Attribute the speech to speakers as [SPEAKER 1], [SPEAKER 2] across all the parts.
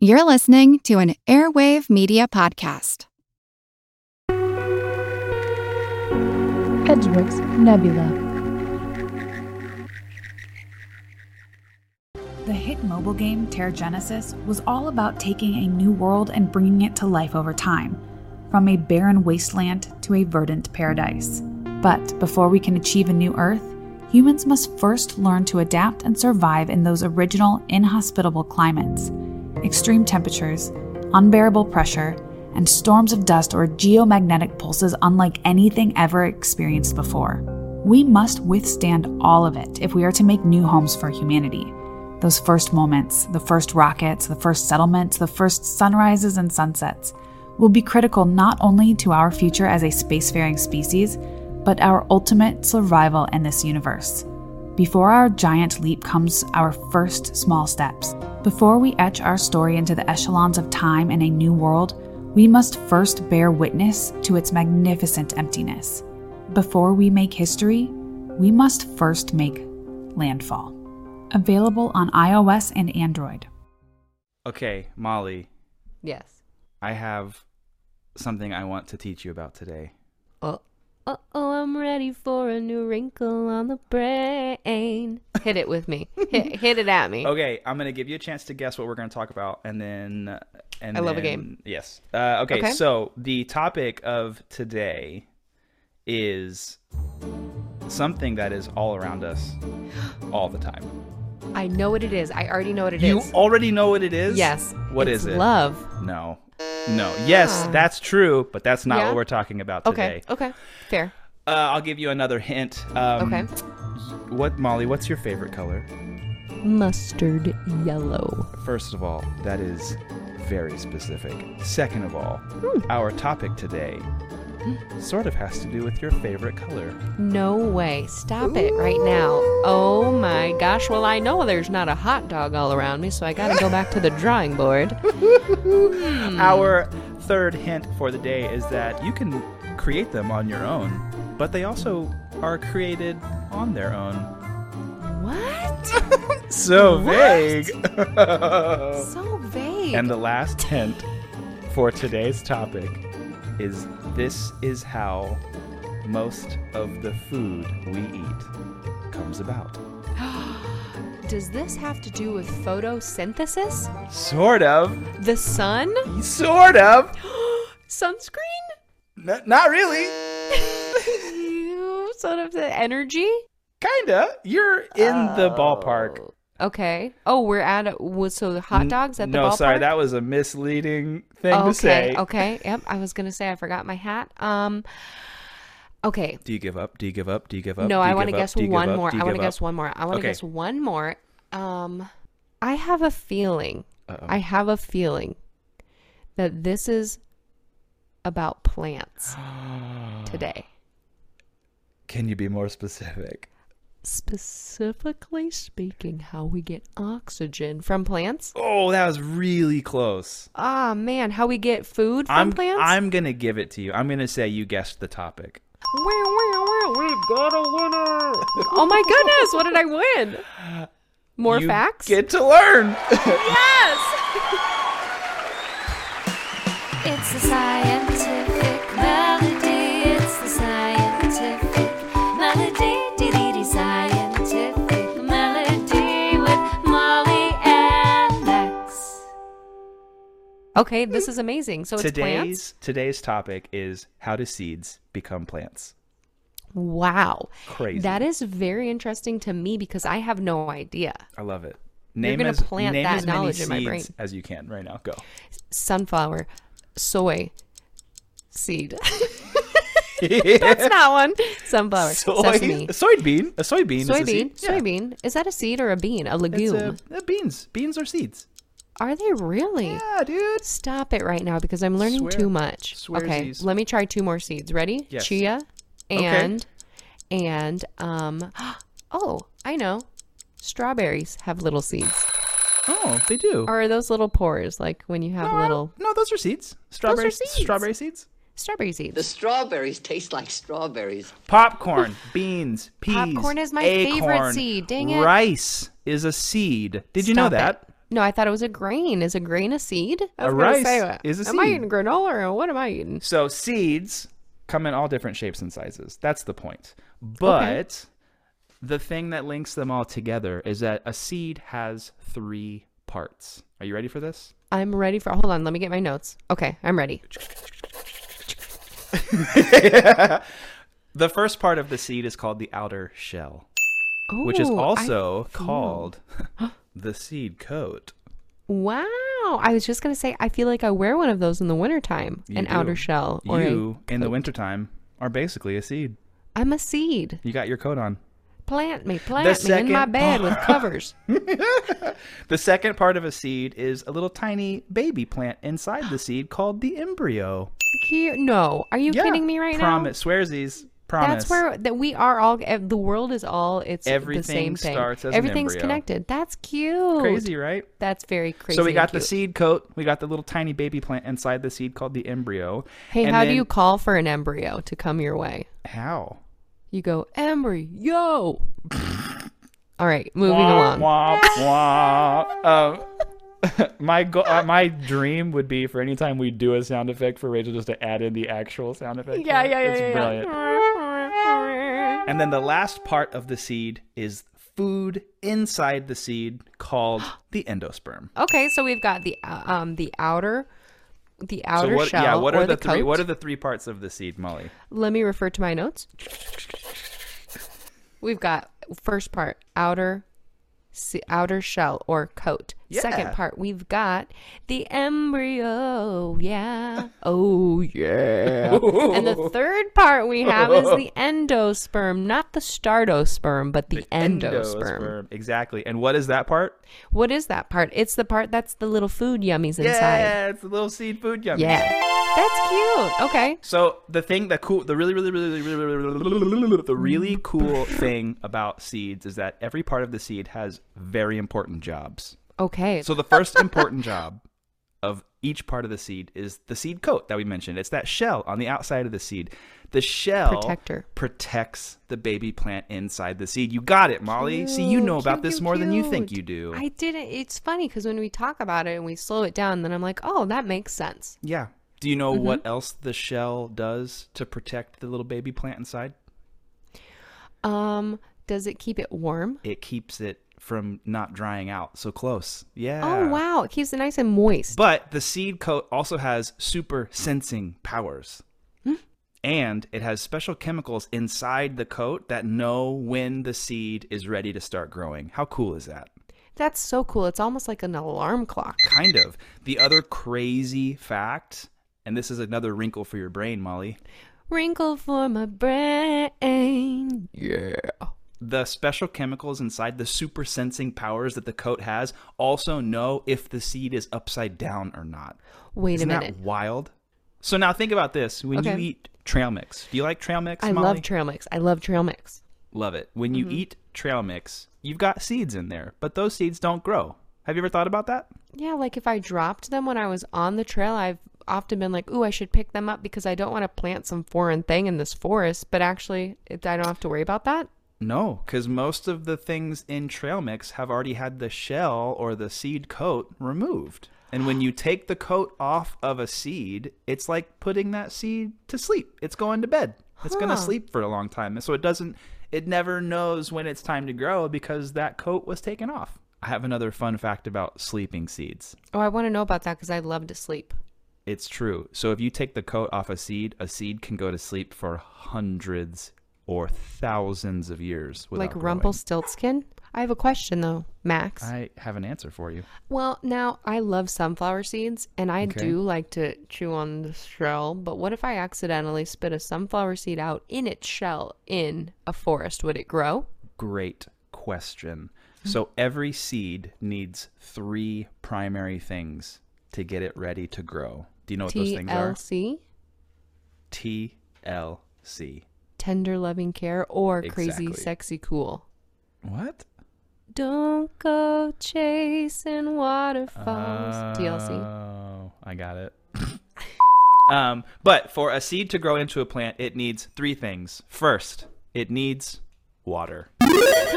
[SPEAKER 1] You're listening to an Airwave Media Podcast.
[SPEAKER 2] Edgeworks Nebula.
[SPEAKER 3] The hit mobile game Terra Genesis was all about taking a new world and bringing it to life over time, from a barren wasteland to a verdant paradise. But before we can achieve a new Earth, humans must first learn to adapt and survive in those original inhospitable climates. Extreme temperatures, unbearable pressure, and storms of dust or geomagnetic pulses unlike anything ever experienced before. We must withstand all of it if we are to make new homes for humanity those first moments, the first rockets, the first settlements, the first sunrises and sunsets, will be critical not only to our future as a spacefaring species, but our ultimate survival in this universe. Before our giant leap comes our first small steps. Before we etch our story into the echelons of time in a new world, we must first bear witness to its magnificent emptiness. Before we make history, we must first make landfall. Available on iOS and Android.
[SPEAKER 4] Okay, Molly,
[SPEAKER 5] Yes.
[SPEAKER 4] I have something I want to teach you about today.
[SPEAKER 5] Oh, oh, oh, I'm ready for a new wrinkle on the brain. Hit it with me. hit, hit it at me.
[SPEAKER 4] Okay, I'm gonna give you a chance to guess what we're gonna talk about, and then and
[SPEAKER 5] I love a
[SPEAKER 4] then-
[SPEAKER 5] game.
[SPEAKER 4] Yes. Uh, okay,
[SPEAKER 5] Okay.
[SPEAKER 4] so the topic of today is something that is all around us all the time.
[SPEAKER 5] I know what it is. I already know what it is.
[SPEAKER 4] you already know what it is.
[SPEAKER 5] Yes.
[SPEAKER 4] What
[SPEAKER 5] It's
[SPEAKER 4] is it?
[SPEAKER 5] Love. Ah.
[SPEAKER 4] No. No. Yes, that's true, but that's not
[SPEAKER 5] Yeah?
[SPEAKER 4] what we're talking about
[SPEAKER 5] Okay.
[SPEAKER 4] today.
[SPEAKER 5] Okay. Fair.
[SPEAKER 4] Uh, I'll give you another hint. Um,
[SPEAKER 5] Okay.
[SPEAKER 4] What, Molly? What's your favorite color?
[SPEAKER 5] Mustard yellow.
[SPEAKER 4] First of all, that is very specific. Second of all,
[SPEAKER 5] Hmm.
[SPEAKER 4] our topic today sort of has to do with your favorite color.
[SPEAKER 5] No way. Stop it right now. Oh my gosh. Well, I know there's not a hot dog all around me, so I gotta go back to the drawing board. Hmm.
[SPEAKER 4] Our third hint for the day is that you can create them on your own, but they also are created on their own.
[SPEAKER 5] What?
[SPEAKER 4] So
[SPEAKER 5] What?
[SPEAKER 4] vague.
[SPEAKER 5] So vague.
[SPEAKER 4] and the last hint for today's topic is this is how most of the food we eat comes about.
[SPEAKER 5] Does this have to do with photosynthesis?
[SPEAKER 4] Sort of.
[SPEAKER 5] The sun?
[SPEAKER 4] Sort of.
[SPEAKER 5] Sunscreen?
[SPEAKER 4] N- not really.
[SPEAKER 5] you sort of the energy
[SPEAKER 4] Kinda. You're in the ballpark.
[SPEAKER 5] okay oh we're at a, w- so hot dogs at the
[SPEAKER 4] no,
[SPEAKER 5] ballpark
[SPEAKER 4] sorry, that was a misleading thing
[SPEAKER 5] okay,
[SPEAKER 4] to say.
[SPEAKER 5] okay yep i was gonna say i forgot my hat um okay
[SPEAKER 4] Do you give up? Do you give up? Do you give up?
[SPEAKER 5] no
[SPEAKER 4] Do you
[SPEAKER 5] i want to
[SPEAKER 4] give up?
[SPEAKER 5] guess
[SPEAKER 4] Do you give
[SPEAKER 5] one
[SPEAKER 4] up?
[SPEAKER 5] more
[SPEAKER 4] Do you
[SPEAKER 5] i want to
[SPEAKER 4] give
[SPEAKER 5] guess
[SPEAKER 4] up?
[SPEAKER 5] one more i want to
[SPEAKER 4] Okay.
[SPEAKER 5] guess one more um i have a feeling
[SPEAKER 4] Oh.
[SPEAKER 5] i have a feeling that this is about plants today
[SPEAKER 4] Can you be more specific?
[SPEAKER 5] specifically speaking how we get oxygen from plants
[SPEAKER 4] Oh, that was really close.
[SPEAKER 5] Ah man, how we get food from
[SPEAKER 4] I'm
[SPEAKER 5] plants?
[SPEAKER 4] I'm gonna give it to you. I'm gonna say you guessed the topic.
[SPEAKER 5] Wow, wow, wow, we've got a winner! oh my goodness, what did I win? More
[SPEAKER 4] You
[SPEAKER 5] facts?
[SPEAKER 4] Get to learn.
[SPEAKER 5] yes!
[SPEAKER 6] It's the scientific melody. It's the scientific melody. Dee scientific melody with Molly and Max.
[SPEAKER 5] Okay, this is amazing. So it's plants?
[SPEAKER 4] today's today's topic is how do seeds become plants?
[SPEAKER 5] Wow.
[SPEAKER 4] Crazy.
[SPEAKER 5] That is very interesting to me because I have no idea.
[SPEAKER 4] I love it. Name
[SPEAKER 5] gonna
[SPEAKER 4] as,
[SPEAKER 5] plant
[SPEAKER 4] name
[SPEAKER 5] that
[SPEAKER 4] as many
[SPEAKER 5] knowledge in my
[SPEAKER 4] seeds
[SPEAKER 5] brain.
[SPEAKER 4] as you can right now. Go.
[SPEAKER 5] Sunflower, soy, seed. That's not one. Sunflower, sesame.
[SPEAKER 4] a soybean. A soybean. is a
[SPEAKER 5] Soybean,
[SPEAKER 4] seed. Yeah.
[SPEAKER 5] soybean. Is that a seed or a bean? A
[SPEAKER 4] It's
[SPEAKER 5] legume?
[SPEAKER 4] uh uh, beans. Beans are seeds.
[SPEAKER 5] Are they really?
[SPEAKER 4] Yeah, dude.
[SPEAKER 5] Stop it right now because I'm learning
[SPEAKER 4] Swear-
[SPEAKER 5] too much. Okay,
[SPEAKER 4] swearsies.
[SPEAKER 5] let me try two more seeds. Ready?
[SPEAKER 4] Yes.
[SPEAKER 5] Chia
[SPEAKER 4] Okay.
[SPEAKER 5] and and um oh, I know. Strawberries have little seeds.
[SPEAKER 4] Oh, they do.
[SPEAKER 5] Or are those little pores like when you have
[SPEAKER 4] no, I
[SPEAKER 5] little
[SPEAKER 4] don't- no, those are seeds. Strawberry
[SPEAKER 5] seeds.
[SPEAKER 4] Strawberry seeds.
[SPEAKER 5] strawberry
[SPEAKER 7] The
[SPEAKER 5] seeds?
[SPEAKER 7] strawberries taste like strawberries.
[SPEAKER 4] Popcorn, beans, peas.
[SPEAKER 5] Popcorn is my favorite
[SPEAKER 4] acorn,
[SPEAKER 5] seed, dang it.
[SPEAKER 4] Rice is a seed. Did you know
[SPEAKER 5] Stop
[SPEAKER 4] that?
[SPEAKER 5] it. No, I thought it was a grain. Is a grain a seed? I
[SPEAKER 4] A
[SPEAKER 5] was gonna
[SPEAKER 4] rice
[SPEAKER 5] say, uh,
[SPEAKER 4] is a
[SPEAKER 5] Am I
[SPEAKER 4] seed.
[SPEAKER 5] eating granola or what am I eating?
[SPEAKER 4] So seeds come in all different shapes and sizes. That's the point. But the thing that links them all together is that a seed has three parts. Are you ready for this?
[SPEAKER 5] I'm ready for. Hold on, let me get my notes. Okay, I'm ready.
[SPEAKER 4] The first part of the seed is called the outer shell,
[SPEAKER 5] Oh,
[SPEAKER 4] which is
[SPEAKER 5] I-
[SPEAKER 4] also called the seed coat.
[SPEAKER 5] wow. I was just gonna say I feel like I wear one of those in the wintertime,
[SPEAKER 4] You
[SPEAKER 5] an
[SPEAKER 4] do.
[SPEAKER 5] outer shell or a-
[SPEAKER 4] you in the wintertime are basically a seed.
[SPEAKER 5] I'm a seed.
[SPEAKER 4] You got your coat on.
[SPEAKER 5] Plant me, plant me in
[SPEAKER 4] second
[SPEAKER 5] my bed with
[SPEAKER 4] part-
[SPEAKER 5] covers.
[SPEAKER 4] The second part of a seed is a little tiny baby plant inside the seed called the embryo.
[SPEAKER 5] Cute. No, are you
[SPEAKER 4] Yeah,
[SPEAKER 5] kidding me right
[SPEAKER 4] promise, now? Promise. Swearsies.
[SPEAKER 5] now?
[SPEAKER 4] Promise.
[SPEAKER 5] That's where that we are all. eh, The world is all. It's the
[SPEAKER 4] Everything
[SPEAKER 5] same thing.
[SPEAKER 4] starts as an
[SPEAKER 5] Everything's
[SPEAKER 4] embryo.
[SPEAKER 5] connected. That's cute.
[SPEAKER 4] crazy, right?
[SPEAKER 5] That's very crazy.
[SPEAKER 4] so we
[SPEAKER 5] and
[SPEAKER 4] got the
[SPEAKER 5] cute.
[SPEAKER 4] seed coat. We got the little tiny baby plant inside the seed called the embryo.
[SPEAKER 5] Hey,
[SPEAKER 4] and
[SPEAKER 5] how do
[SPEAKER 4] then-
[SPEAKER 5] you call for an embryo to come your way?
[SPEAKER 4] How?
[SPEAKER 5] You go, embryo. All right, moving along.
[SPEAKER 4] Womp, womp. Um, my go- uh, my dream would be for any time we do a sound effect for Rachel just to add in the actual sound effect.
[SPEAKER 5] Yeah,
[SPEAKER 4] for it.
[SPEAKER 5] yeah, yeah,
[SPEAKER 4] It's
[SPEAKER 5] yeah, yeah.
[SPEAKER 4] brilliant. And then the last part of the seed is food inside the seed called the endosperm.
[SPEAKER 5] Okay, so we've got the uh, um the outer, the outer
[SPEAKER 4] so what,
[SPEAKER 5] shell.
[SPEAKER 4] yeah, what
[SPEAKER 5] or
[SPEAKER 4] are the,
[SPEAKER 5] the,
[SPEAKER 4] three
[SPEAKER 5] coat.
[SPEAKER 4] what are the three parts of the seed, Molly?
[SPEAKER 5] Let me refer to my notes. We've got first part outer, se- outer shell or coat.
[SPEAKER 4] Yeah.
[SPEAKER 5] Second part we've got the embryo. Yeah. Oh yeah. and the third part we have is the endosperm, not the startosperm, but the, endosperm.
[SPEAKER 4] Exactly. And what is that part?
[SPEAKER 5] What is that part? It's the part that's the little food yummies inside.
[SPEAKER 4] Yeah, it's the little seed food yummy.
[SPEAKER 5] Yeah. That's cute. Okay.
[SPEAKER 4] So the thing, the cool, the really, really, really, really, really, really, really, the really cool thing about seeds is that every part of the seed has very important jobs.
[SPEAKER 5] Okay.
[SPEAKER 4] So the first important job of each part of the seed is the seed coat that we mentioned. It's that shell on the outside of the seed. The shell
[SPEAKER 5] Protector.
[SPEAKER 4] protects the baby plant inside the seed. You got it, Molly. See, you know
[SPEAKER 5] Cute,
[SPEAKER 4] about
[SPEAKER 5] cute,
[SPEAKER 4] this
[SPEAKER 5] cute,
[SPEAKER 4] more than you think
[SPEAKER 5] cute.
[SPEAKER 4] you do.
[SPEAKER 5] I didn't. It's funny because when we talk about it and we slow it down, then I'm like, oh, that makes sense.
[SPEAKER 4] Yeah. Do you know what
[SPEAKER 5] Mm-hmm.
[SPEAKER 4] else the shell does to protect the little baby plant inside?
[SPEAKER 5] Um, does it keep it warm?
[SPEAKER 4] It keeps it from not drying out so close. Yeah.
[SPEAKER 5] Oh wow, it keeps it nice and moist.
[SPEAKER 4] But the seed coat also has super sensing powers.
[SPEAKER 5] Hmm.
[SPEAKER 4] And it has special chemicals inside the coat that know when the seed is ready to start growing. How cool is that?
[SPEAKER 5] That's so cool. It's almost like an alarm clock.
[SPEAKER 4] Kind of. The other crazy fact, and this is another wrinkle for your brain, Molly.
[SPEAKER 5] Wrinkle for my brain. Yeah.
[SPEAKER 4] the special chemicals inside the super sensing powers that the coat has also know if the seed is upside down or not.
[SPEAKER 5] Wait
[SPEAKER 4] Isn't
[SPEAKER 5] a minute.
[SPEAKER 4] that wild? So now think about this. When
[SPEAKER 5] Okay.
[SPEAKER 4] you eat trail mix, do you like trail mix?
[SPEAKER 5] I
[SPEAKER 4] Molly?
[SPEAKER 5] love Mm-hmm. trail mix. I love trail mix.
[SPEAKER 4] love it. When you eat trail mix, you've got seeds in there, but those seeds don't grow. Have you ever thought about that?
[SPEAKER 5] Yeah, like if I dropped them when I was on the trail, I've often been like, ooh, I should pick them up because I don't want to plant some foreign thing in this forest. But actually, it, I don't have to worry about that.
[SPEAKER 4] No, because most of the things in trail mix have already had the shell or the seed coat removed. And when you take the coat off of a seed, it's like putting that seed to sleep. It's going to bed. It's going to
[SPEAKER 5] Huh.
[SPEAKER 4] sleep for a long time. And so it doesn't, it never knows when it's time to grow because that coat was taken off. I have another fun fact about sleeping seeds.
[SPEAKER 5] Oh, I want to know about that because I love to sleep.
[SPEAKER 4] It's true. So if you take the coat off a seed, a seed can go to sleep for hundreds or thousands of years. Without
[SPEAKER 5] like
[SPEAKER 4] growing.
[SPEAKER 5] Rumpelstiltskin. I have a question though, Max.
[SPEAKER 4] I have an answer for you.
[SPEAKER 5] well, now I love sunflower seeds and I
[SPEAKER 4] Okay.
[SPEAKER 5] do like to chew on the shell, but what if I accidentally spit a sunflower seed out in its shell in a forest? Would it grow?
[SPEAKER 4] Great question. So every seed needs three primary things to get it ready to grow. Do you know what those things are?
[SPEAKER 5] TLC,
[SPEAKER 4] TLC.
[SPEAKER 5] tender loving care, or crazy,
[SPEAKER 4] Exactly.
[SPEAKER 5] sexy, cool.
[SPEAKER 4] What?
[SPEAKER 5] Don't go chasing waterfalls.
[SPEAKER 4] Uh,
[SPEAKER 5] TLC.
[SPEAKER 4] Oh, I got it. um, but for a seed to grow into a plant, it needs three things. First, it needs water.
[SPEAKER 5] I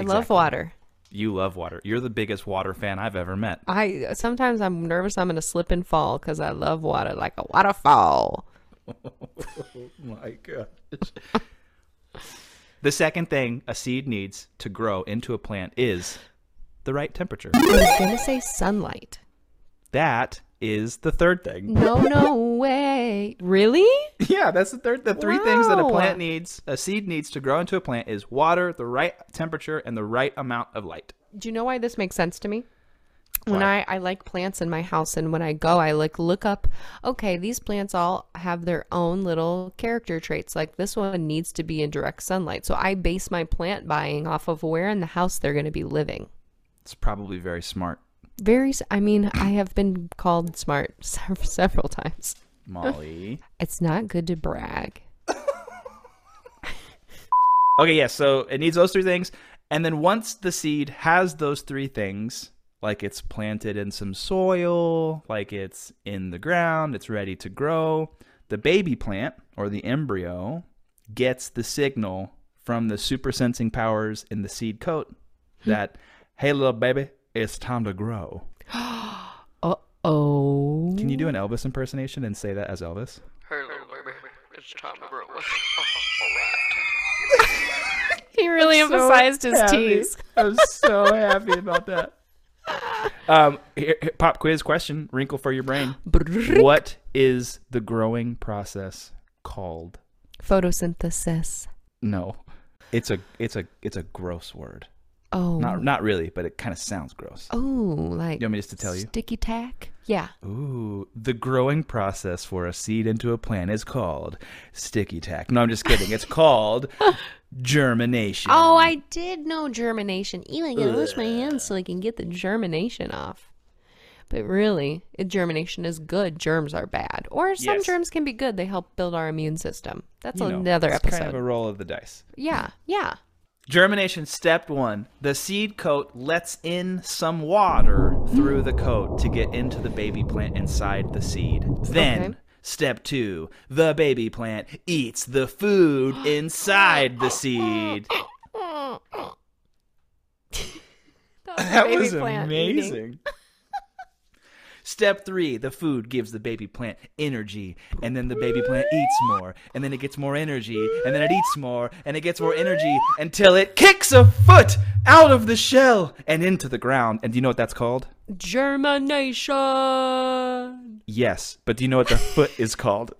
[SPEAKER 5] love
[SPEAKER 4] Exactly.
[SPEAKER 5] water.
[SPEAKER 4] You love water. You're the biggest water fan I've ever met.
[SPEAKER 5] I sometimes I'm nervous I'm gonna slip and fall because I love water like a waterfall.
[SPEAKER 4] my gosh. the second thing a seed needs to grow into a plant is the right temperature.
[SPEAKER 5] I was gonna say sunlight.
[SPEAKER 4] That is the third thing.
[SPEAKER 5] No, no way. Really?
[SPEAKER 4] Yeah, that's the third. The three things that a
[SPEAKER 5] Wow.
[SPEAKER 4] plant needs, a seed needs to grow into a plant is water, the right temperature, and the right amount of light.
[SPEAKER 5] Do you know why this makes sense to me? When
[SPEAKER 4] Why?
[SPEAKER 5] I, I like plants in my house and when I go I like look up okay, these plants all have their own little character traits. Like this one needs to be in direct sunlight. So I base my plant buying off of where in the house they're gonna be living.
[SPEAKER 4] It's probably very smart,
[SPEAKER 5] Very s- I mean, I have been called smart sev- several times.
[SPEAKER 4] Molly.
[SPEAKER 5] It's not good to brag.
[SPEAKER 4] Okay, yeah, so it needs those three things. And then once the seed has those three things, like it's planted in some soil, like it's in the ground, it's ready to grow, the baby plant or the embryo gets the signal from the super sensing powers in the seed coat that, hey, little baby, it's time to grow.
[SPEAKER 5] Oh.
[SPEAKER 4] Can you do an Elvis impersonation and say that as Elvis?
[SPEAKER 5] He really emphasized his T's.
[SPEAKER 4] I'm so happy about that. Um, here, here- pop quiz question, wrinkle for your brain. What is the growing process called?
[SPEAKER 5] Photosynthesis.
[SPEAKER 4] No, it's a it's a it's a gross word.
[SPEAKER 5] Oh.
[SPEAKER 4] Not not really, but it kind of sounds gross.
[SPEAKER 5] oh, like
[SPEAKER 4] You want me just to tell you?
[SPEAKER 5] sticky tack? Yeah.
[SPEAKER 4] Ooh, the growing process for a seed into a plant is called sticky tack. No, I'm just kidding. It's called germination.
[SPEAKER 5] Oh, I did know germination. Eli, I wash my hands so I can get the germination off. But really, it- germination is good. Germs are bad. Or some
[SPEAKER 4] Yes.
[SPEAKER 5] germs can be good. They help build our immune system. That's
[SPEAKER 4] You know,
[SPEAKER 5] another
[SPEAKER 4] it's
[SPEAKER 5] episode.
[SPEAKER 4] Kind of a roll of the dice.
[SPEAKER 5] Yeah, yeah.
[SPEAKER 4] Germination step one. The seed coat lets in some water through the coat to get into the baby plant inside the seed. Then,
[SPEAKER 5] Okay.
[SPEAKER 4] step two. The baby plant eats the food inside the seed.
[SPEAKER 5] That was
[SPEAKER 4] Step three, the food gives the baby plant energy, and then the baby plant eats more, and then it gets more energy, and then it eats more, and it gets more energy until it kicks a foot out of the shell and into the ground. And do you know what that's called?
[SPEAKER 5] Germination.
[SPEAKER 4] Yes, but do you know what the foot is called?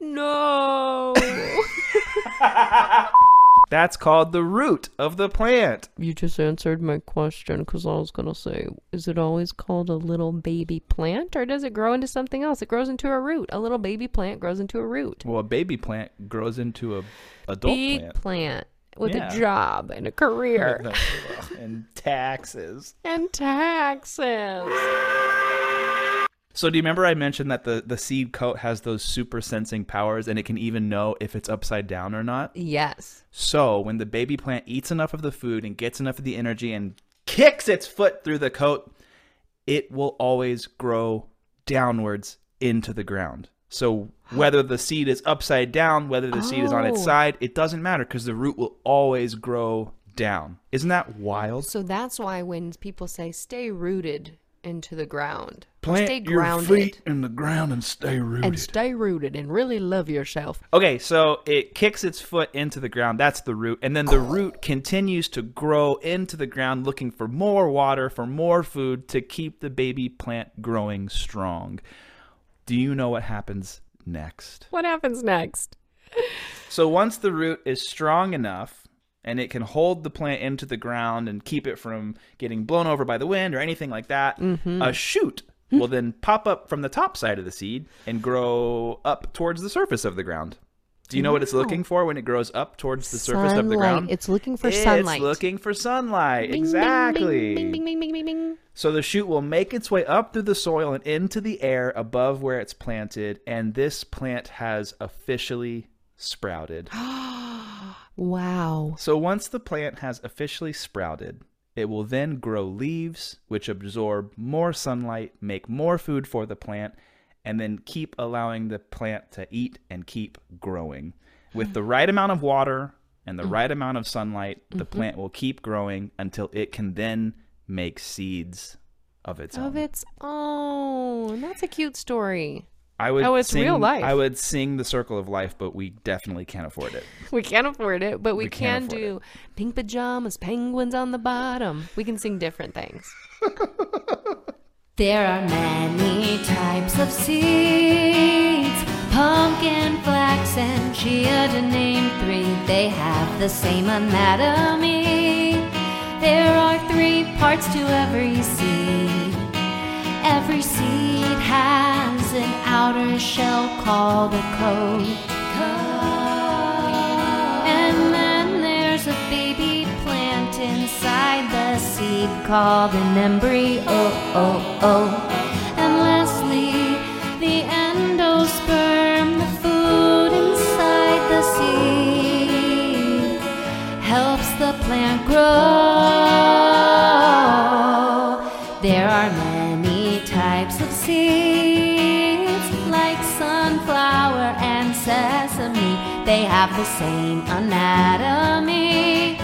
[SPEAKER 5] No.
[SPEAKER 4] That's called the root of the plant.
[SPEAKER 5] you just answered my question because I was going to say, is it always called a little baby plant or does it grow into something else? It grows into a root. A little baby plant grows into a root.
[SPEAKER 4] Well, a baby plant grows into a adult
[SPEAKER 5] Big
[SPEAKER 4] plant.
[SPEAKER 5] plant, with
[SPEAKER 4] Yeah.
[SPEAKER 5] a job and a career
[SPEAKER 4] and taxes.
[SPEAKER 5] and taxes.
[SPEAKER 4] So do you remember I mentioned that the, the seed coat has those super sensing powers and it can even know if it's upside down or not?
[SPEAKER 5] Yes.
[SPEAKER 4] So when the baby plant eats enough of the food and gets enough of the energy and kicks its foot through the coat, it will always grow downwards into the ground. So whether the seed is upside down, whether the seed is on its
[SPEAKER 5] Oh.
[SPEAKER 4] side, it doesn't matter because the root will always grow down. Isn't that wild?
[SPEAKER 5] So that's why when people say stay rooted into the ground, or
[SPEAKER 4] Plant
[SPEAKER 5] stay
[SPEAKER 4] your
[SPEAKER 5] grounded
[SPEAKER 4] feet in the ground and stay rooted.
[SPEAKER 5] and stay rooted and really love yourself.
[SPEAKER 4] Okay, so it kicks its foot into the ground. That's the root. And then the root continues to grow into the ground, looking for more water, for more food to keep the baby plant growing strong. Do you know what happens next?
[SPEAKER 5] What happens next?
[SPEAKER 4] So once the root is strong enough and it can hold the plant into the ground and keep it from getting blown over by the wind or anything like that,
[SPEAKER 5] Mm-hmm.
[SPEAKER 4] a shoot will then pop up from the top side of the seed and grow up towards the surface of the ground. Do you know what it's looking for when it grows up towards the surface of the
[SPEAKER 5] Sunlight.
[SPEAKER 4] ground?
[SPEAKER 5] It's looking for
[SPEAKER 4] It's
[SPEAKER 5] sunlight.
[SPEAKER 4] looking for sunlight.
[SPEAKER 5] Bing, bing,
[SPEAKER 4] exactly.
[SPEAKER 5] Bing, bing, bing, bing, bing, bing.
[SPEAKER 4] So the shoot will make its way up through the soil and into the air above where it's planted, and this plant has officially sprouted.
[SPEAKER 5] Wow.
[SPEAKER 4] So once the plant has officially sprouted, it will then grow leaves, which absorb more sunlight, make more food for the plant, and then keep allowing the plant to eat and keep growing. With the right amount of water, and the right amount of sunlight, the
[SPEAKER 5] Mm-hmm.
[SPEAKER 4] plant will keep growing until it can then make seeds of its own.
[SPEAKER 5] Of its own. That's a cute story.
[SPEAKER 4] I would
[SPEAKER 5] Oh, it's
[SPEAKER 4] sing,
[SPEAKER 5] real life.
[SPEAKER 4] I would sing the circle of life, but we definitely can't afford it.
[SPEAKER 5] We can't afford it, but we,
[SPEAKER 4] We can't
[SPEAKER 5] can
[SPEAKER 4] afford
[SPEAKER 5] do pink pajamas, penguins on the bottom. We can sing different things.
[SPEAKER 6] There are many types of seeds pumpkin, flax, and chia, to name three. They have the same anatomy. There are three parts to every seed. Every seed has an outer shell called a coat. And then there's a baby plant inside the seed called an embryo. And lastly, the endosperm, the food inside the seed, helps the plant grow. There are many types of seeds, like sunflower and sesame. They have the same anatomy.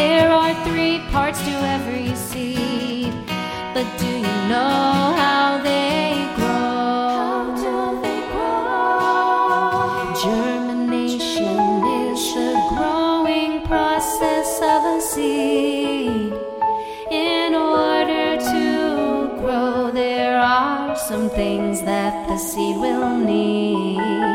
[SPEAKER 6] There are three parts to every seed, but do you know how they grow? How do they grow? Germination is the growing process of a seed. In order to grow, there are some things that the seed will need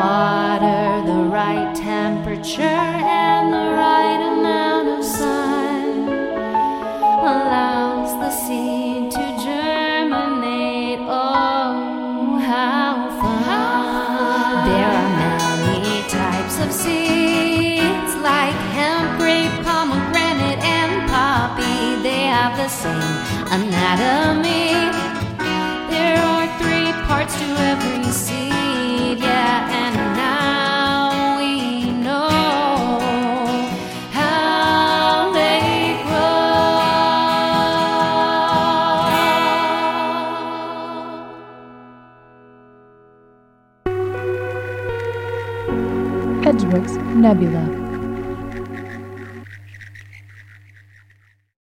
[SPEAKER 6] water, the right temperature, and the right amount of sun allows the seed to germinate. Oh, how fun! There are many types of seeds, like hemp, grape, pomegranate, and poppy. They have the same anatomy. There are three parts to every seed, yeah, and now we know how they grow.
[SPEAKER 3] Edgework's Nebula.